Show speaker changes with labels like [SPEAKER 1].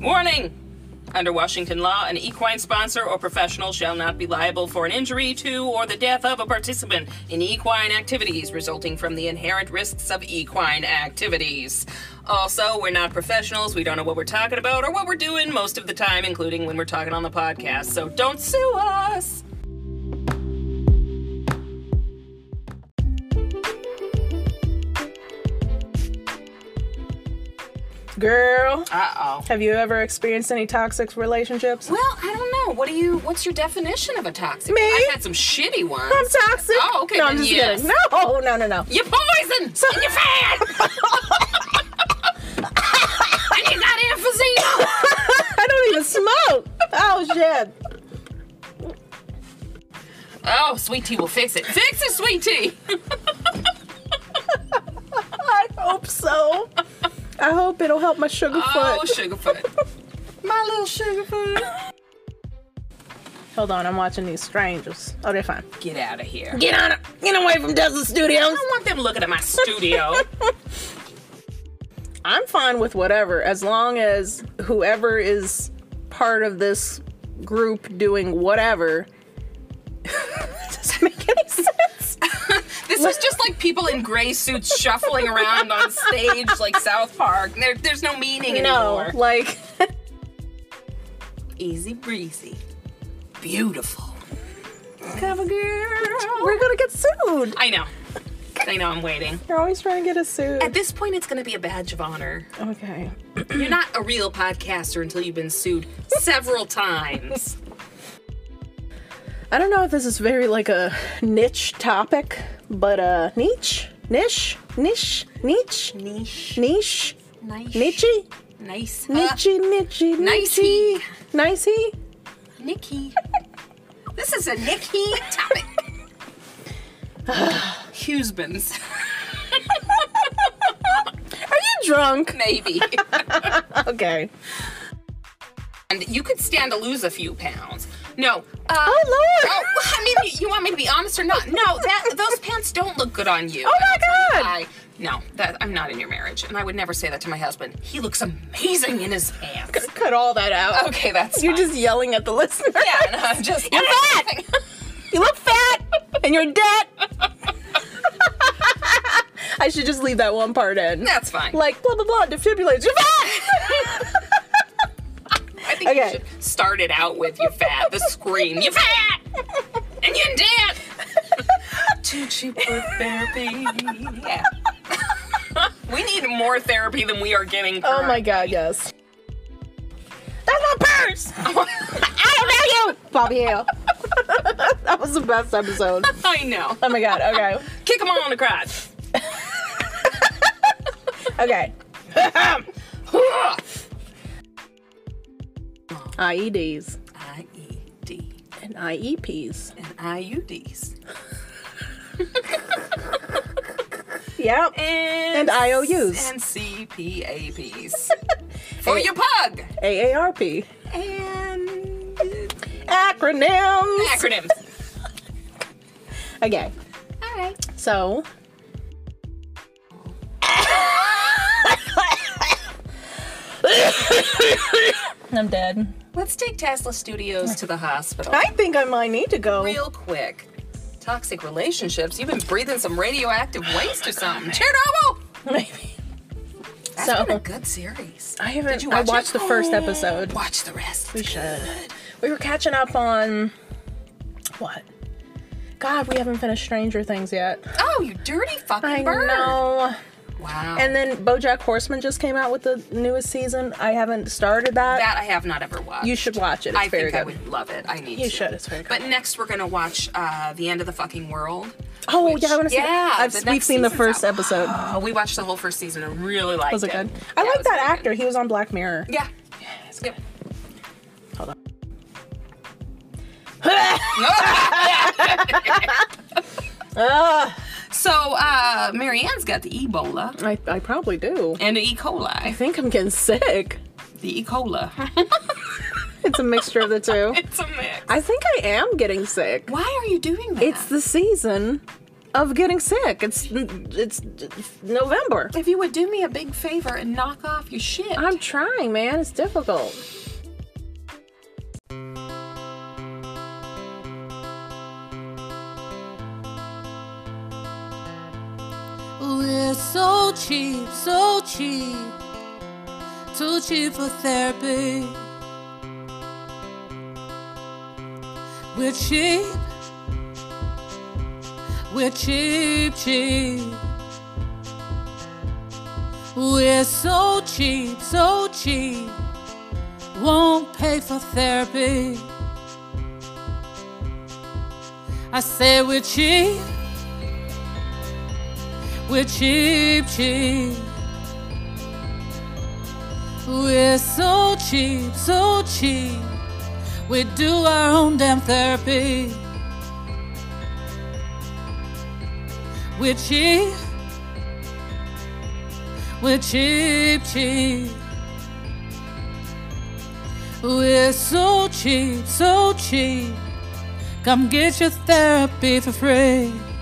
[SPEAKER 1] Warning! Under Washington law, an equine sponsor or professional shall not be liable for an injury to or the death of a participant in equine activities resulting from the inherent risks of equine activities. Also, we're not professionals. We don't know what we're talking about or what we're doing most of the time, including when we're talking on the podcast. So don't sue us!
[SPEAKER 2] Girl,
[SPEAKER 1] Uh oh.
[SPEAKER 2] have you ever experienced any toxic relationships?
[SPEAKER 1] Well, I don't know. What do you? What's your definition of a toxic?
[SPEAKER 2] Me?
[SPEAKER 1] I've had some shitty ones.
[SPEAKER 2] I'm toxic.
[SPEAKER 1] Oh, okay,
[SPEAKER 2] No, I'm
[SPEAKER 1] then
[SPEAKER 2] just
[SPEAKER 1] yes.
[SPEAKER 2] kidding. No, no, no, no.
[SPEAKER 1] You poisoned and you fat. and you got emphysema.
[SPEAKER 2] I don't even smoke. Oh shit.
[SPEAKER 1] Oh, sweet tea will fix it. Fix it, sweet tea.
[SPEAKER 2] I hope so. I hope it'll help my sugar
[SPEAKER 1] Oh,
[SPEAKER 2] foot.
[SPEAKER 1] Sugarfoot. My little Sugarfoot.
[SPEAKER 2] Hold on, I'm watching these strangers. Oh, they're fine.
[SPEAKER 1] Get out of here.
[SPEAKER 2] Get on, get away from Desert Studios.
[SPEAKER 1] I don't want them looking at my studio.
[SPEAKER 2] I'm fine with whatever as long as whoever is part of this group doing whatever. Does not make any sense?
[SPEAKER 1] this is just like people in gray suits shuffling around on stage like South Park. There, there's no meaning
[SPEAKER 2] No,
[SPEAKER 1] anymore.
[SPEAKER 2] like
[SPEAKER 1] Easy breezy. Beautiful. Cover girl.
[SPEAKER 2] we're gonna get sued.
[SPEAKER 1] I know. I know I'm waiting.
[SPEAKER 2] You're always trying to get us
[SPEAKER 1] At
[SPEAKER 2] sued.
[SPEAKER 1] this point, it's going to be a badge of honor.
[SPEAKER 2] Okay.
[SPEAKER 1] You're not a real podcaster until you've been sued several times.
[SPEAKER 2] I don't know if this is very like a niche topic, but uh, niche, niche, niche, niche,
[SPEAKER 1] Niche.
[SPEAKER 2] niche,
[SPEAKER 1] Nice.
[SPEAKER 2] niche,
[SPEAKER 1] Nice.
[SPEAKER 2] niche, niche,
[SPEAKER 1] nicey.
[SPEAKER 2] niche, nicey.
[SPEAKER 1] Uh, Nikki. This is a Nikki topic. Husbands.
[SPEAKER 2] Are you drunk?
[SPEAKER 1] Maybe.
[SPEAKER 2] Okay.
[SPEAKER 1] and you could stand to lose a few pounds. No. Uh,
[SPEAKER 2] Oh
[SPEAKER 1] Oh,
[SPEAKER 2] Lord.
[SPEAKER 1] I mean, you- you want me to be honest or not? No, that those pants don't look good on you.
[SPEAKER 2] Oh my God.
[SPEAKER 1] I no, that I'm not in your marriage, and I would never say that to my husband. He looks amazing in his pants.
[SPEAKER 2] Cut all that out.
[SPEAKER 1] Okay, that's
[SPEAKER 2] You're
[SPEAKER 1] fine.
[SPEAKER 2] just yelling at the listener.
[SPEAKER 1] yeah. No, I'm just
[SPEAKER 2] You're fat. You look fat and you're dead. I should just leave that one part in.
[SPEAKER 1] That's fine.
[SPEAKER 2] Like blah blah blah defibrillates. You're fat.
[SPEAKER 1] I think
[SPEAKER 2] okay.
[SPEAKER 1] you should start it out with you fat. The scream, you fat, and you dead. Too cheap for therapy. Yeah. we need more therapy than we are getting.
[SPEAKER 2] oh my
[SPEAKER 1] currently.
[SPEAKER 2] god, yes. That's my purse. I don't know you, Bobby Hale. that was the best episode.
[SPEAKER 1] I know.
[SPEAKER 2] Oh my god. Okay.
[SPEAKER 1] Kick him all in the crotch.
[SPEAKER 2] Okay. IEDs
[SPEAKER 1] IED
[SPEAKER 2] E and E IEPs.
[SPEAKER 1] E and IUDs.
[SPEAKER 2] Yep.
[SPEAKER 1] And,
[SPEAKER 2] And IOUs.
[SPEAKER 1] And CPAPs. For your pug.
[SPEAKER 2] AARP.
[SPEAKER 1] And
[SPEAKER 2] Acronyms.
[SPEAKER 1] acronyms.
[SPEAKER 2] Okay.
[SPEAKER 1] All right.
[SPEAKER 2] So. I'm dead.
[SPEAKER 1] Let's take Tesla Studios to the hospital.
[SPEAKER 2] I think I might need to go.
[SPEAKER 1] Real quick. Toxic relationships. You've been breathing some radioactive waste or something. Chernobyl.
[SPEAKER 2] Maybe.
[SPEAKER 1] That's
[SPEAKER 2] So-
[SPEAKER 1] been a good series.
[SPEAKER 2] I haven't.
[SPEAKER 1] Did you
[SPEAKER 2] I
[SPEAKER 1] watch it? Oh,
[SPEAKER 2] watched the first episode.
[SPEAKER 1] Watch the rest.
[SPEAKER 2] We should. We were catching up on what? God, we haven't finished Stranger Things yet.
[SPEAKER 1] Oh, you dirty fucking
[SPEAKER 2] I
[SPEAKER 1] bird.
[SPEAKER 2] know.
[SPEAKER 1] Wow.
[SPEAKER 2] And then BoJack Horseman just came out with the newest season. I haven't started that.
[SPEAKER 1] that I have not ever watched.
[SPEAKER 2] you should watch it. It's
[SPEAKER 1] I
[SPEAKER 2] very
[SPEAKER 1] think I
[SPEAKER 2] good.
[SPEAKER 1] would love it. I need
[SPEAKER 2] You
[SPEAKER 1] to.
[SPEAKER 2] should. It's very good.
[SPEAKER 1] But next, we're gonna watch uh, the end of the fucking world.
[SPEAKER 2] oh
[SPEAKER 1] which-
[SPEAKER 2] yeah, I want to see.
[SPEAKER 1] yeah,
[SPEAKER 2] that. I've,
[SPEAKER 1] the
[SPEAKER 2] we've
[SPEAKER 1] next
[SPEAKER 2] seen the
[SPEAKER 1] season's
[SPEAKER 2] first
[SPEAKER 1] out.
[SPEAKER 2] episode.
[SPEAKER 1] Oh, we watched the whole first season and really liked
[SPEAKER 2] Was it
[SPEAKER 1] it.
[SPEAKER 2] good?
[SPEAKER 1] Yeah,
[SPEAKER 2] I
[SPEAKER 1] it
[SPEAKER 2] like
[SPEAKER 1] was
[SPEAKER 2] that
[SPEAKER 1] very
[SPEAKER 2] actor.
[SPEAKER 1] good.
[SPEAKER 2] He was on Black Mirror.
[SPEAKER 1] Yeah. It's good.
[SPEAKER 2] Hold on.
[SPEAKER 1] So uh, Marianne's got the Ebola
[SPEAKER 2] I, I probably do.
[SPEAKER 1] and the E.
[SPEAKER 2] I
[SPEAKER 1] coli.
[SPEAKER 2] think I'm getting sick.
[SPEAKER 1] The E. coli.
[SPEAKER 2] It's a mixture of the two.
[SPEAKER 1] it's a mix.
[SPEAKER 2] I think I am getting sick.
[SPEAKER 1] Why are you doing that?
[SPEAKER 2] It's the season. of getting sick. It's it's November.
[SPEAKER 3] If you would do me a big favor and knock off your shit.
[SPEAKER 2] I'm trying, man. It's difficult.
[SPEAKER 4] We're so cheap, so cheap, too cheap for therapy. We're cheap, we're cheap, cheap. We're so cheap, so cheap, won't pay for therapy. I say we're cheap. We're cheap, cheap. We're so cheap, so cheap. We do our own damn therapy. We're cheap. We're cheap, cheap. We're so cheap, so cheap. Come get your therapy for free. Eh,